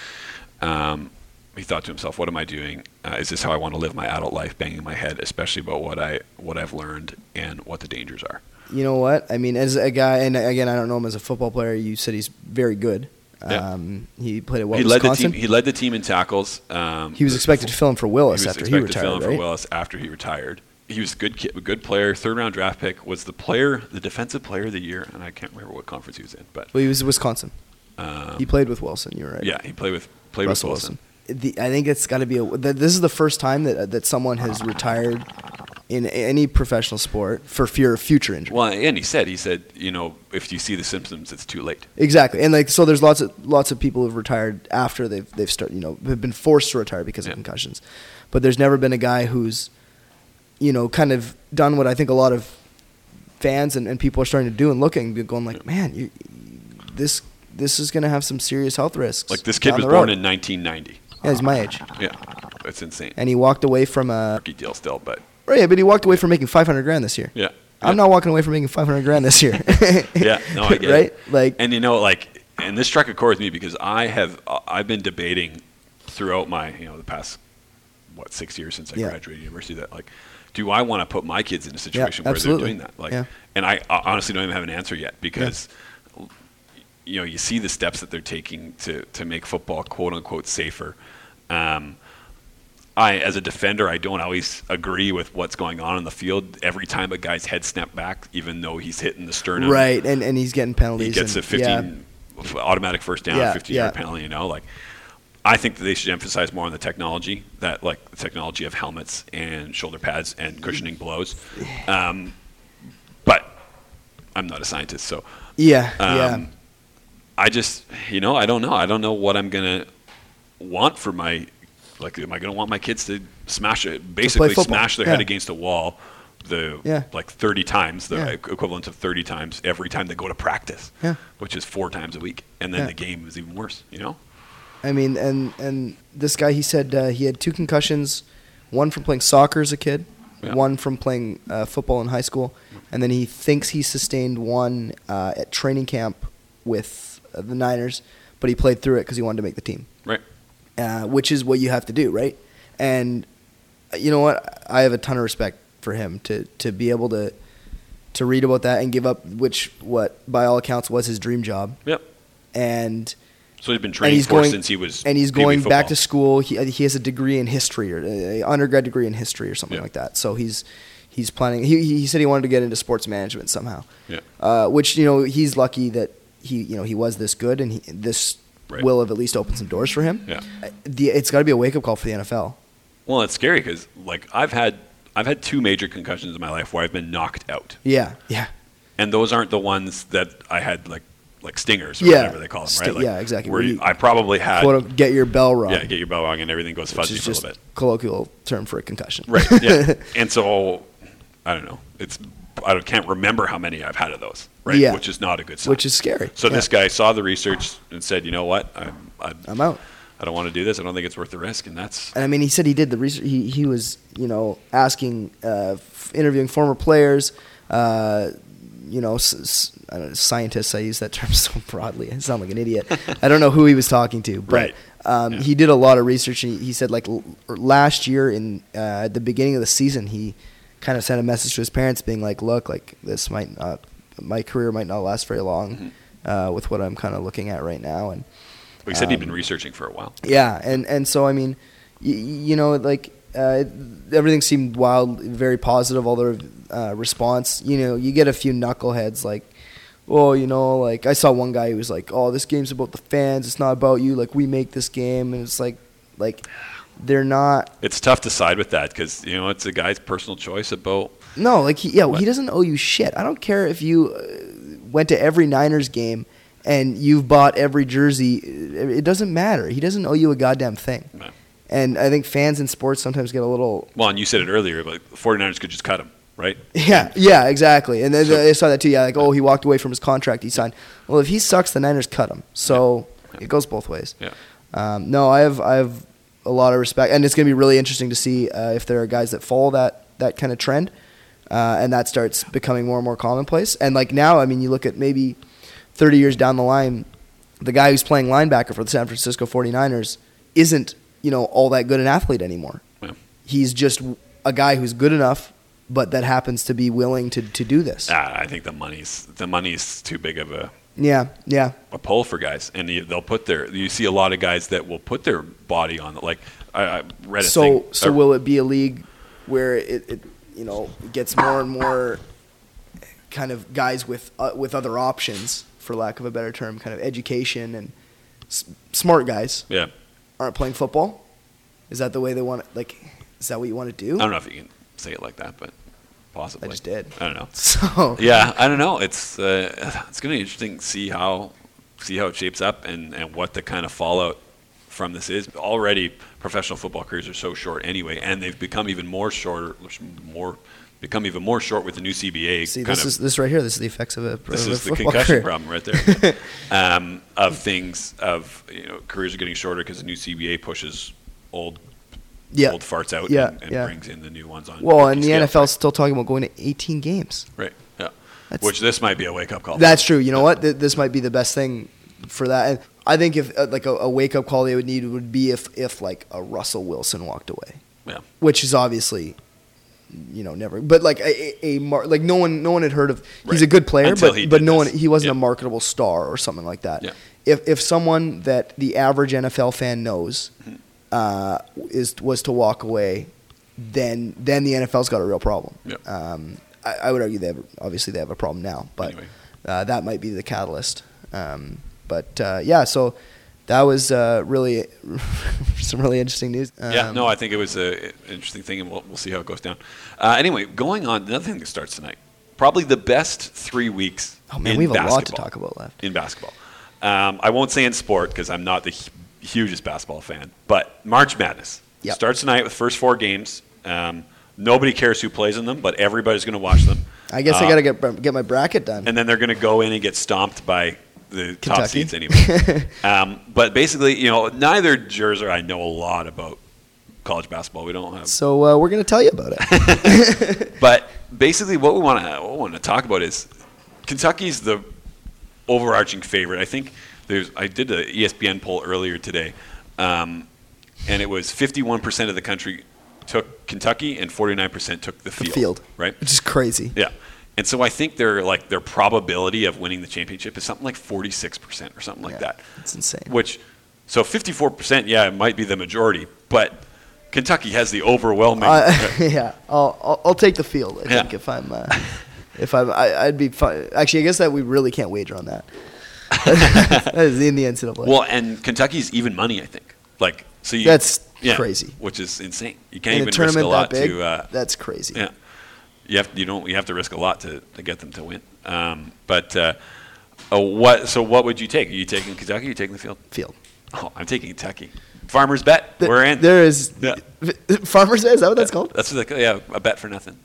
Speaker 1: Um, he thought to himself, "What am I doing? Uh, is this how I want to live my adult life? Banging my head, especially about what I what I've learned and what the dangers are."
Speaker 2: You know what? I mean, as a guy, and again, I don't know him as a football player. You said he's very good.
Speaker 1: Yeah.
Speaker 2: Um, he played at what,
Speaker 1: he led the
Speaker 2: Wisconsin.
Speaker 1: team. He led the team in tackles. Um,
Speaker 2: He was expected to film for Willis
Speaker 1: he was
Speaker 2: after he
Speaker 1: expected to fill
Speaker 2: retired,
Speaker 1: in for
Speaker 2: right?
Speaker 1: Willis after he retired. He was a good kid, a good player, third round draft pick. Was the player, the defensive player of the year, and I can't remember what conference he was in, but
Speaker 2: Well, he was in Wisconsin.
Speaker 1: um,
Speaker 2: He played with Wilson. You're right.
Speaker 1: yeah, he played with played
Speaker 2: Russell
Speaker 1: with Wilson.
Speaker 2: The, I think it's got to be a. That, this is the first time that that someone has retired in any professional sport for fear of future injury.
Speaker 1: Well, and he said, he said, you know, if you see the symptoms, it's too late.
Speaker 2: Exactly, and like so, there's lots of lots of people who've retired after they've they've started, you know, have been forced to retire because
Speaker 1: Yeah.
Speaker 2: of concussions, but there's never been a guy who's, you know, kind of done what I think a lot of fans and, and people are starting to do and looking, be going like, man, you, this this is going to have some serious health risks.
Speaker 1: Like this kid
Speaker 2: down
Speaker 1: was
Speaker 2: the
Speaker 1: born
Speaker 2: road.
Speaker 1: in 1990.
Speaker 2: yeah, he's my age,
Speaker 1: Yeah, it's insane.
Speaker 2: and he walked away from uh, oh, a
Speaker 1: Rookie deal still, but
Speaker 2: right, yeah, but he walked away from making 500 grand this year.
Speaker 1: yeah,
Speaker 2: I'm not walking away from making 500 grand this year.
Speaker 1: yeah, no, I get
Speaker 2: right?
Speaker 1: it.
Speaker 2: Like,
Speaker 1: and you know, like, and this struck a chord with me because I have uh, I've been debating throughout my you know the past what six years since I
Speaker 2: Yeah.
Speaker 1: graduated university that like, do I want to put my kids in a situation where
Speaker 2: absolutely.
Speaker 1: they're doing that? Like,
Speaker 2: Yeah.
Speaker 1: and I uh, honestly don't even have an answer yet because. You know, you see the steps that they're taking to, to make football "quote unquote" safer. Um, I, as a defender, I don't always agree with what's going on in the field. Every time a guy's head snapped back, even though he's hitting the sternum,
Speaker 2: right, and, and he's getting penalties.
Speaker 1: he gets
Speaker 2: and,
Speaker 1: a 15 f- automatic first down,
Speaker 2: Yeah,
Speaker 1: 15 yard
Speaker 2: yeah.
Speaker 1: penalty. You know, like I think that they should emphasize more on the technology that, like, the technology of helmets and shoulder pads and cushioning blows. Um, but I'm not a scientist, so
Speaker 2: Yeah, yeah,
Speaker 1: um,
Speaker 2: yeah.
Speaker 1: I just, you know, I don't know. I don't know what I'm gonna want for my, like, am I gonna want my kids to smash it, basically
Speaker 2: football,
Speaker 1: smash their head
Speaker 2: yeah.
Speaker 1: against a wall, the
Speaker 2: Yeah.
Speaker 1: like 30 times, the
Speaker 2: Yeah.
Speaker 1: equ- equivalent of 30 times every time they go to practice,
Speaker 2: Yeah.
Speaker 1: which is four times a week, and then
Speaker 2: Yeah.
Speaker 1: the game is even worse. You know,
Speaker 2: I mean, and and this guy, he said uh, he had two concussions, one from playing soccer as a kid,
Speaker 1: Yeah.
Speaker 2: one from playing uh, football in high school, and then he thinks he sustained one uh, at training camp with uh, the Niners, but he played through it because he wanted to make the team,
Speaker 1: right?
Speaker 2: uh, which is what you have to do, right? And uh, you know what? I have a ton of respect for him to to be able to to read about that and give up, which what by all accounts was his dream job,
Speaker 1: Yep.
Speaker 2: and
Speaker 1: So he's been training
Speaker 2: he's
Speaker 1: for
Speaker 2: going-
Speaker 1: since he was,
Speaker 2: and he's
Speaker 1: Pee Wee
Speaker 2: going back to
Speaker 1: football.
Speaker 2: school. He uh, he has a degree in history or an undergrad degree in history or something
Speaker 1: Yeah.
Speaker 2: like that. So he's he's planning. He he said he wanted to get into sports management somehow.
Speaker 1: Yeah.
Speaker 2: Uh, which you know he's lucky that he you know he was this good and he, this
Speaker 1: Right.
Speaker 2: will have at least opened some doors for him.
Speaker 1: Yeah.
Speaker 2: Uh, The, it's got to be a wake up call for the NFL.
Speaker 1: Well, it's scary because like I've had I've had two major concussions in my life where I've been knocked out.
Speaker 2: Yeah. Yeah.
Speaker 1: and those aren't the ones that I had like like stingers or
Speaker 2: Yeah.
Speaker 1: whatever they call them,
Speaker 2: Sting-
Speaker 1: right? Like,
Speaker 2: yeah, exactly.
Speaker 1: Where
Speaker 2: Where
Speaker 1: you,
Speaker 2: you-
Speaker 1: I probably had
Speaker 2: Quote unquote, get your bell rung.
Speaker 1: yeah, get your bell rung and everything goes
Speaker 2: which
Speaker 1: fuzzy
Speaker 2: is
Speaker 1: for a
Speaker 2: just
Speaker 1: little bit,
Speaker 2: colloquial term for a concussion.
Speaker 1: right? Yeah, and so I don't know. It's I don't- can't remember how many I've had of those, right?
Speaker 2: Yeah.
Speaker 1: which is not a good sign.
Speaker 2: Which is scary.
Speaker 1: so
Speaker 2: Yeah.
Speaker 1: this guy saw the research and said, you know what, I'm, I,
Speaker 2: I'm out.
Speaker 1: I don't want to do this. I don't think it's worth the risk, and that's
Speaker 2: And I mean, he said he did the research. He, he was, you know, asking, uh, f- interviewing former players, uh, you know, s- s- I don't know, scientists. I use that term so broadly. I sound like an idiot. I don't know who he was talking to, but
Speaker 1: Right.
Speaker 2: um,
Speaker 1: Yeah.
Speaker 2: he did a lot of research. And he, he said, like l- last year in uh, at the beginning of the season, he kind of sent a message to his parents, being like, "Look, like this might not, my career might not last very long
Speaker 1: Mm-hmm.
Speaker 2: uh, with what I'm kind of looking at right now." And
Speaker 1: we said
Speaker 2: Um,
Speaker 1: he'd been researching for a while.
Speaker 2: yeah, and and so I mean, y- y- you know, like uh, everything seemed wild, very positive. All the uh, response, you know, you get a few knuckleheads like, oh, you know, like I saw one guy who was like, oh, this game's about the fans. It's not about you. Like we make this game, and it's like, like they're not.
Speaker 1: It's tough to side with that because you know it's a guy's personal choice about
Speaker 2: No, like he, yeah,
Speaker 1: What?
Speaker 2: he doesn't owe you shit. I don't care if you uh, went to every Niners game and you've bought every jersey. It it doesn't matter. He doesn't owe you a goddamn thing.
Speaker 1: No.
Speaker 2: And I think fans in sports sometimes get a little
Speaker 1: well, and you said it earlier, but 49ers could just cut him, right?
Speaker 2: yeah, yeah, exactly. And then
Speaker 1: So-
Speaker 2: I saw that too. Yeah, like oh, he walked away from his contract he signed. Well, if he sucks, the Niners cut him. So
Speaker 1: Yeah.
Speaker 2: it goes both ways.
Speaker 1: Yeah.
Speaker 2: Um, no, I have I have a lot of respect, and it's going to be really interesting to see uh, if there are guys that follow that that kind of trend, uh, and that starts becoming more and more commonplace. And like now, I mean, you look at maybe thirty years down the line, the guy who's playing linebacker for the San Francisco 49ers isn't you know all that good an athlete anymore.
Speaker 1: Yeah.
Speaker 2: He's just a guy who's good enough, but that happens to be willing to to do this.
Speaker 1: Ah, I think the money's the money's too big of a,
Speaker 2: Yeah, yeah,
Speaker 1: a pull for guys, and you, they'll put their. You see a lot of guys that will put their body on it. Like I, I read a
Speaker 2: so
Speaker 1: thing.
Speaker 2: so
Speaker 1: uh,
Speaker 2: will it be a league where it, it you know gets more and more kind of guys with uh, with other options for lack of a better term kind of education and s- smart guys
Speaker 1: yeah,
Speaker 2: aren't playing football is that the way they want it like is that what you want to do
Speaker 1: I don't know if you can say it like that, but possibly.
Speaker 2: just did.
Speaker 1: I don't know.
Speaker 2: so
Speaker 1: Yeah, I don't know. It's uh, it's gonna be interesting to see how see how it shapes up and and what the kind of fallout from this is. Already, professional football careers are so short anyway, and they've become even more shorter, more become even more short with the new CBA.
Speaker 2: see
Speaker 1: kind
Speaker 2: this
Speaker 1: of
Speaker 2: is this right here this is the effects of a
Speaker 1: this
Speaker 2: of a
Speaker 1: is the
Speaker 2: football
Speaker 1: concussion
Speaker 2: career.
Speaker 1: problem right there. um, of things of you know careers are getting shorter because the new CBA pushes old
Speaker 2: Yeah.
Speaker 1: old farts out
Speaker 2: Yeah,
Speaker 1: and, and
Speaker 2: yeah.
Speaker 1: brings in the new ones on.
Speaker 2: Well, and the
Speaker 1: scale.
Speaker 2: NFL's still talking about going to 18 games.
Speaker 1: Right. Yeah.
Speaker 2: That's-
Speaker 1: Which this might be a wake up call.
Speaker 2: That's true. You know what? Th- This might be the best thing for that. And I think if uh, like a, a wake up call they would need would be if if like a Russell Wilson walked away.
Speaker 1: Yeah.
Speaker 2: Which is obviously, you know, never. But like a, a, a mar- like no one no one had heard of. He's
Speaker 1: Right.
Speaker 2: a good player,
Speaker 1: Until
Speaker 2: but
Speaker 1: he
Speaker 2: but
Speaker 1: did
Speaker 2: no one
Speaker 1: this.
Speaker 2: he wasn't a
Speaker 1: Yeah.
Speaker 2: marketable star or something like that.
Speaker 1: Yeah.
Speaker 2: If if someone that the average NFL fan knows
Speaker 1: Mm-hmm.
Speaker 2: uh, is was to walk away, then then the NFL's got a real problem.
Speaker 1: Yeah.
Speaker 2: Um, I, I would argue they have obviously they have a problem now, but
Speaker 1: Anyway.
Speaker 2: uh, that might be the catalyst. Um, but uh, yeah, so that was uh, really some really interesting news.
Speaker 1: yeah,
Speaker 2: Um,
Speaker 1: no, I think it was an interesting thing, and we'll, we'll see how it goes down. Uh, anyway, going on, another thing that starts tonight. Probably the best three weeks.
Speaker 2: oh man,
Speaker 1: in
Speaker 2: we have a lot to
Speaker 1: basketball.
Speaker 2: talk about left.
Speaker 1: in basketball. Um, I won't say in sport because I'm not the hu- hugest basketball fan, but March Madness
Speaker 2: Yep.
Speaker 1: starts tonight with the first four games. Um, nobody cares who plays in them, but everybody's going to watch them.
Speaker 2: I guess
Speaker 1: Uh,
Speaker 2: I gotta get get my bracket done.
Speaker 1: And then they're going to go in and get stomped by the top
Speaker 2: Kentucky.
Speaker 1: seeds anyway. um, but basically, you know, neither Jerz or I know a lot about college basketball. We don't have
Speaker 2: so uh, we're gonna tell you about it.
Speaker 1: But basically, what we want to want to talk about is Kentucky's the overarching favorite. I think there's. I did a E ESPN poll earlier today, um, and it was 51% of the country took Kentucky and 49% took the
Speaker 2: The
Speaker 1: field.
Speaker 2: field,
Speaker 1: right?
Speaker 2: Which is crazy.
Speaker 1: Yeah. And so I think their like their probability of winning the championship is something like 46% or something like
Speaker 2: Yeah,
Speaker 1: that.
Speaker 2: It's insane.
Speaker 1: Which, so 54%, yeah, it might be the majority, but Kentucky has the overwhelming.
Speaker 2: Uh, yeah, I'll, I'll I'll take the field. I
Speaker 1: Yeah.
Speaker 2: think if I'm uh, if I'm I, I'd be fine. Actually, I guess that we really can't wager on that. that is in the NCAA.
Speaker 1: Well, and Kentucky's even money, I think. Like, so you,
Speaker 2: That's crazy.
Speaker 1: which is insane. You can't
Speaker 2: in a
Speaker 1: even risk a
Speaker 2: tournament
Speaker 1: lot
Speaker 2: that big,
Speaker 1: to. Uh,
Speaker 2: that's crazy.
Speaker 1: yeah, you have you don't you have to risk a lot to, to get them to win. Um, but uh, uh, what? So what would you take? Are you taking Kentucky? Or are you taking the field?
Speaker 2: Field.
Speaker 1: Oh, I'm taking Kentucky. Farmers bet.
Speaker 2: Th-
Speaker 1: We're in.
Speaker 2: There is
Speaker 1: Yeah.
Speaker 2: farmers. Is that what that's called?
Speaker 1: That's what they, yeah, a bet for nothing.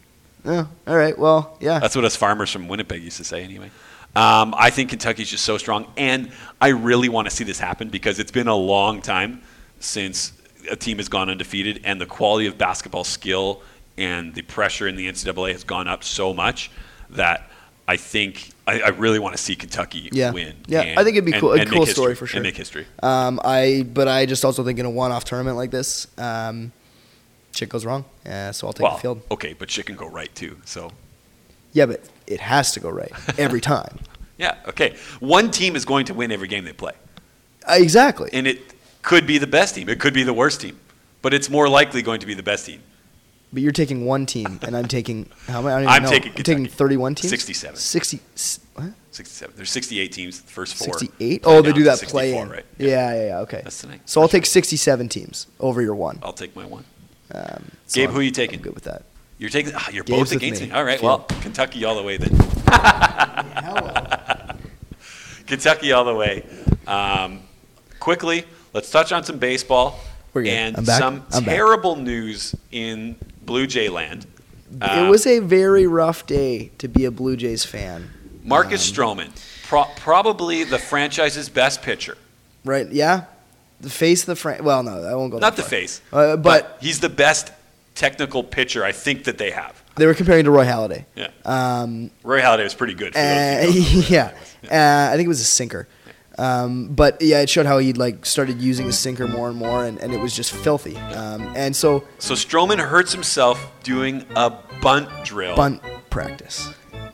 Speaker 2: Oh, all right. Well, yeah.
Speaker 1: That's what us farmers from Winnipeg used to say, anyway. Um, I think Kentucky's just so strong, and I really want to see this happen because it's been a long time since a team has gone undefeated, and the quality of basketball skill and the pressure in the NCAA has gone up so much that I think I, I really want to see Kentucky
Speaker 2: Yeah.
Speaker 1: win.
Speaker 2: Yeah, I think it'd be cool- a
Speaker 1: make
Speaker 2: cool
Speaker 1: history,
Speaker 2: story for sure.
Speaker 1: And make history.
Speaker 2: Um, I but I just also think in a one-off tournament like this, um, shit goes wrong. Uh, so I'll take
Speaker 1: well,
Speaker 2: the field.
Speaker 1: okay, but shit can go right too. So
Speaker 2: Yeah, but it has to go right every time.
Speaker 1: yeah, okay. One team is going to win every game they play.
Speaker 2: Uh, exactly.
Speaker 1: and it could be the best team. It could be the worst team, but it's more likely going to be the best team.
Speaker 2: But you're taking one team, and I'm taking how many? I don't even
Speaker 1: I'm
Speaker 2: know.
Speaker 1: taking
Speaker 2: I'm taking
Speaker 1: Kentucky.
Speaker 2: 31 teams.
Speaker 1: 67.
Speaker 2: 60. s- What?
Speaker 1: 67. There's 68 teams. The first four.
Speaker 2: 68. Oh, they
Speaker 1: down
Speaker 2: do
Speaker 1: to
Speaker 2: that
Speaker 1: 64,
Speaker 2: play. in.
Speaker 1: right?
Speaker 2: Yeah. yeah, yeah, Okay.
Speaker 1: That's tonight.
Speaker 2: So I'll take 67 teams over your one.
Speaker 1: I'll take my one.
Speaker 2: Um, so
Speaker 1: Gabe,
Speaker 2: I'm-
Speaker 1: who you taking?
Speaker 2: I'm good with that.
Speaker 1: You're taking. ah, you're
Speaker 2: Gabe's
Speaker 1: both
Speaker 2: with
Speaker 1: against
Speaker 2: me.
Speaker 1: me. All right.
Speaker 2: Field.
Speaker 1: Well, Kentucky all the way then. Kentucky all the way. Um, quickly, let's touch on some baseball
Speaker 2: We're good.
Speaker 1: and
Speaker 2: I'm back.
Speaker 1: some
Speaker 2: I'm back.
Speaker 1: terrible news in Blue Jay land.
Speaker 2: it was a very rough day to be a Blue Jays fan.
Speaker 1: Uh, Marcus
Speaker 2: Um,
Speaker 1: Stroman, pro- probably the franchise's best pitcher.
Speaker 2: Right? Yeah. The face of the Fran. Well, no, I won't go.
Speaker 1: Not
Speaker 2: that
Speaker 1: the
Speaker 2: far.
Speaker 1: face,
Speaker 2: Uh, but
Speaker 1: he's the best technical pitcher I think that they have.
Speaker 2: they were comparing to Roy Halladay.
Speaker 1: Yeah,
Speaker 2: Um,
Speaker 1: Roy Halladay was pretty good. For
Speaker 2: Uh,
Speaker 1: those who don't know who
Speaker 2: yeah,
Speaker 1: Halladay was.
Speaker 2: uh, I think it was a sinker. Um, but yeah, it showed how he like started using his sinker more and more, and, and it was just filthy. Um, and so
Speaker 1: So Stroman hurts himself doing a bunt drill
Speaker 2: bunt practice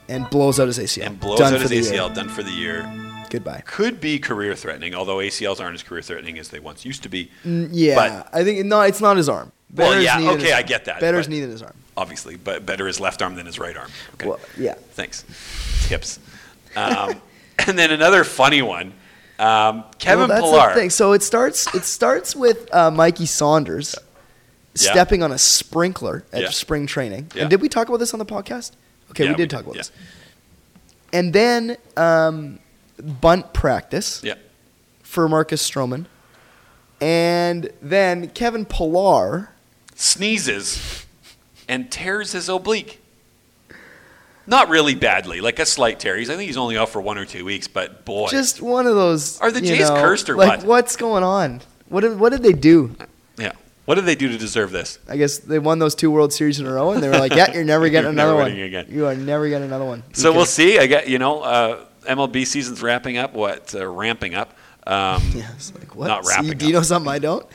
Speaker 2: and blows out his ACL.
Speaker 1: and blows
Speaker 2: Done
Speaker 1: out
Speaker 2: for
Speaker 1: his
Speaker 2: the
Speaker 1: ACL,
Speaker 2: year.
Speaker 1: done for the year.
Speaker 2: Goodbye.
Speaker 1: Could be career threatening, although ACLs aren't as career threatening as they once used to be.
Speaker 2: Mm, Yeah,
Speaker 1: But-
Speaker 2: I think no, it's not his arm.
Speaker 1: Well,
Speaker 2: Better his
Speaker 1: yeah,
Speaker 2: knee than
Speaker 1: okay,
Speaker 2: his
Speaker 1: I
Speaker 2: arm.
Speaker 1: get that,
Speaker 2: Better his
Speaker 1: but-
Speaker 2: knee than his arm.
Speaker 1: Obviously, but better his left arm than his right arm. Okay.
Speaker 2: Well, yeah.
Speaker 1: Thanks. Tips. Um, and then another funny one. Um, Kevin
Speaker 2: well, that's
Speaker 1: Pillar.
Speaker 2: The thing. So it starts. It starts with uh, Mikey Saunders
Speaker 1: Yeah.
Speaker 2: stepping on a sprinkler at
Speaker 1: Yeah.
Speaker 2: spring training.
Speaker 1: Yeah.
Speaker 2: And did we talk about this on the podcast? Okay,
Speaker 1: Yeah,
Speaker 2: we
Speaker 1: we
Speaker 2: did talk
Speaker 1: did,
Speaker 2: about
Speaker 1: yeah.
Speaker 2: this. And then um, bunt practice
Speaker 1: Yeah.
Speaker 2: for Marcus Stroman, and then Kevin Pillar.
Speaker 1: sneezes and tears his oblique. Not really badly, like a slight tear. He's, I think he's only out for one or two weeks, but boy,
Speaker 2: Just one of those.
Speaker 1: Are the
Speaker 2: you
Speaker 1: Jays
Speaker 2: know,
Speaker 1: cursed or
Speaker 2: like,
Speaker 1: what?
Speaker 2: What's going on? What did, what did they do?
Speaker 1: yeah. What did they do to deserve this?
Speaker 2: I guess they won those two World Series in a row, and they were like, "Yeah, you're never getting
Speaker 1: You're
Speaker 2: another
Speaker 1: never
Speaker 2: one.
Speaker 1: winning again."
Speaker 2: You are never getting another one." You
Speaker 1: So
Speaker 2: can-
Speaker 1: we'll see. I get you know uh, MLB season's wrapping up. What uh, ramping up? Um,
Speaker 2: Yeah, it's like what?
Speaker 1: Not
Speaker 2: See,
Speaker 1: wrapping
Speaker 2: do you
Speaker 1: up.
Speaker 2: know something I don't?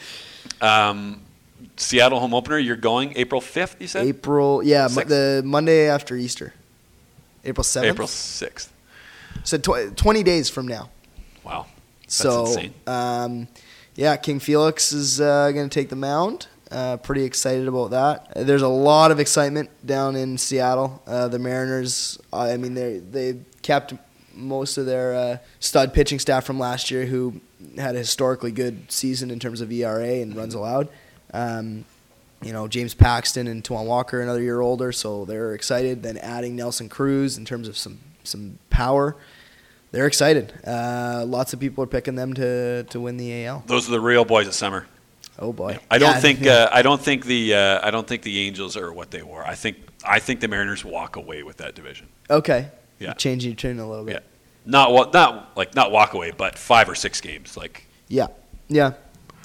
Speaker 1: um, Seattle home opener. You're going April fifth. You said
Speaker 2: April, yeah, mo-
Speaker 1: Sixth.
Speaker 2: the Monday after Easter, April seventh.
Speaker 1: April sixth.
Speaker 2: So tw- twenty days from now.
Speaker 1: Wow. That's
Speaker 2: so,
Speaker 1: insane.
Speaker 2: um, yeah, King Felix is uh, going to take the mound. Uh, pretty excited about that. Uh, There's a lot of excitement down in Seattle. Uh, the Mariners, I I mean, they they kept most of their uh, stud pitching staff from last year, who had a historically good season in terms of ERA and
Speaker 1: Mm-hmm.
Speaker 2: runs allowed. Um, you know, James Paxton and Tuan Walker, another year older, so they're excited. Then adding Nelson Cruz in terms of some some power they're excited. Uh, lots of people are picking them to, to win the AL.
Speaker 1: Those are the real boys of summer.
Speaker 2: Oh boy,
Speaker 1: I don't
Speaker 2: Yeah,
Speaker 1: think
Speaker 2: yeah.
Speaker 1: uh, I don't think the uh, I don't think the Angels are what they were. I think I think the Mariners walk away with that division.
Speaker 2: okay,
Speaker 1: Yeah.
Speaker 2: changing your tune a little bit.
Speaker 1: Not what not like not walk away, but five or six games. Like
Speaker 2: Yeah, yeah.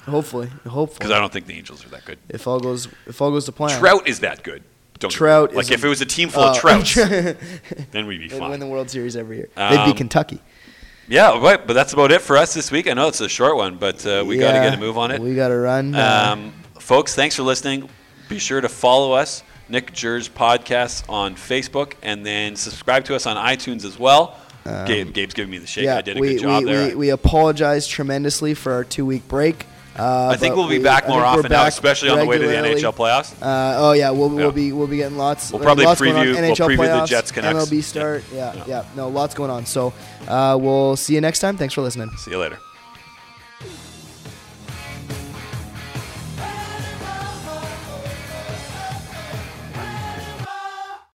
Speaker 2: Hopefully,
Speaker 1: because
Speaker 2: hopefully,
Speaker 1: I don't think the Angels are that good.
Speaker 2: if all goes if all goes to plan,
Speaker 1: Trout is that good. Don't get me
Speaker 2: Trout
Speaker 1: wrong. Like
Speaker 2: is
Speaker 1: if
Speaker 2: a-
Speaker 1: it was a team full of
Speaker 2: uh,
Speaker 1: Trouts, then we'd be
Speaker 2: They'd win
Speaker 1: fine.
Speaker 2: the World Series every year. They'd
Speaker 1: Um,
Speaker 2: be Kentucky.
Speaker 1: yeah, right, but that's about it for us this week. I know it's a short one, but uh, we got to
Speaker 2: Yeah,
Speaker 1: get a move on it.
Speaker 2: We got to run. uh,
Speaker 1: Um, folks, thanks for listening. Be sure to follow us, Nick Jers Podcasts, on Facebook, and then subscribe to us on iTunes as well. Gabe, Gabe's giving me the shake. I did a
Speaker 2: Um, we,
Speaker 1: good job
Speaker 2: we,
Speaker 1: there.
Speaker 2: We, we apologize tremendously for our two week break. Uh,
Speaker 1: I think
Speaker 2: but
Speaker 1: we'll be
Speaker 2: we-
Speaker 1: back
Speaker 2: I
Speaker 1: more
Speaker 2: think we're
Speaker 1: often now,
Speaker 2: back
Speaker 1: especially on the way to the
Speaker 2: regularly.
Speaker 1: NHL playoffs.
Speaker 2: Uh, oh yeah, we'll,
Speaker 1: Yeah.
Speaker 2: we'll be we'll be getting lots.
Speaker 1: We'll probably
Speaker 2: lots going on,
Speaker 1: preview- we'll
Speaker 2: NHL
Speaker 1: preview the
Speaker 2: playoffs,
Speaker 1: Jets Canucks.
Speaker 2: MLB start. Yeah.
Speaker 1: Yeah.
Speaker 2: yeah, No, lots going on. So uh, we'll see you next time. Thanks for listening.
Speaker 1: See you later.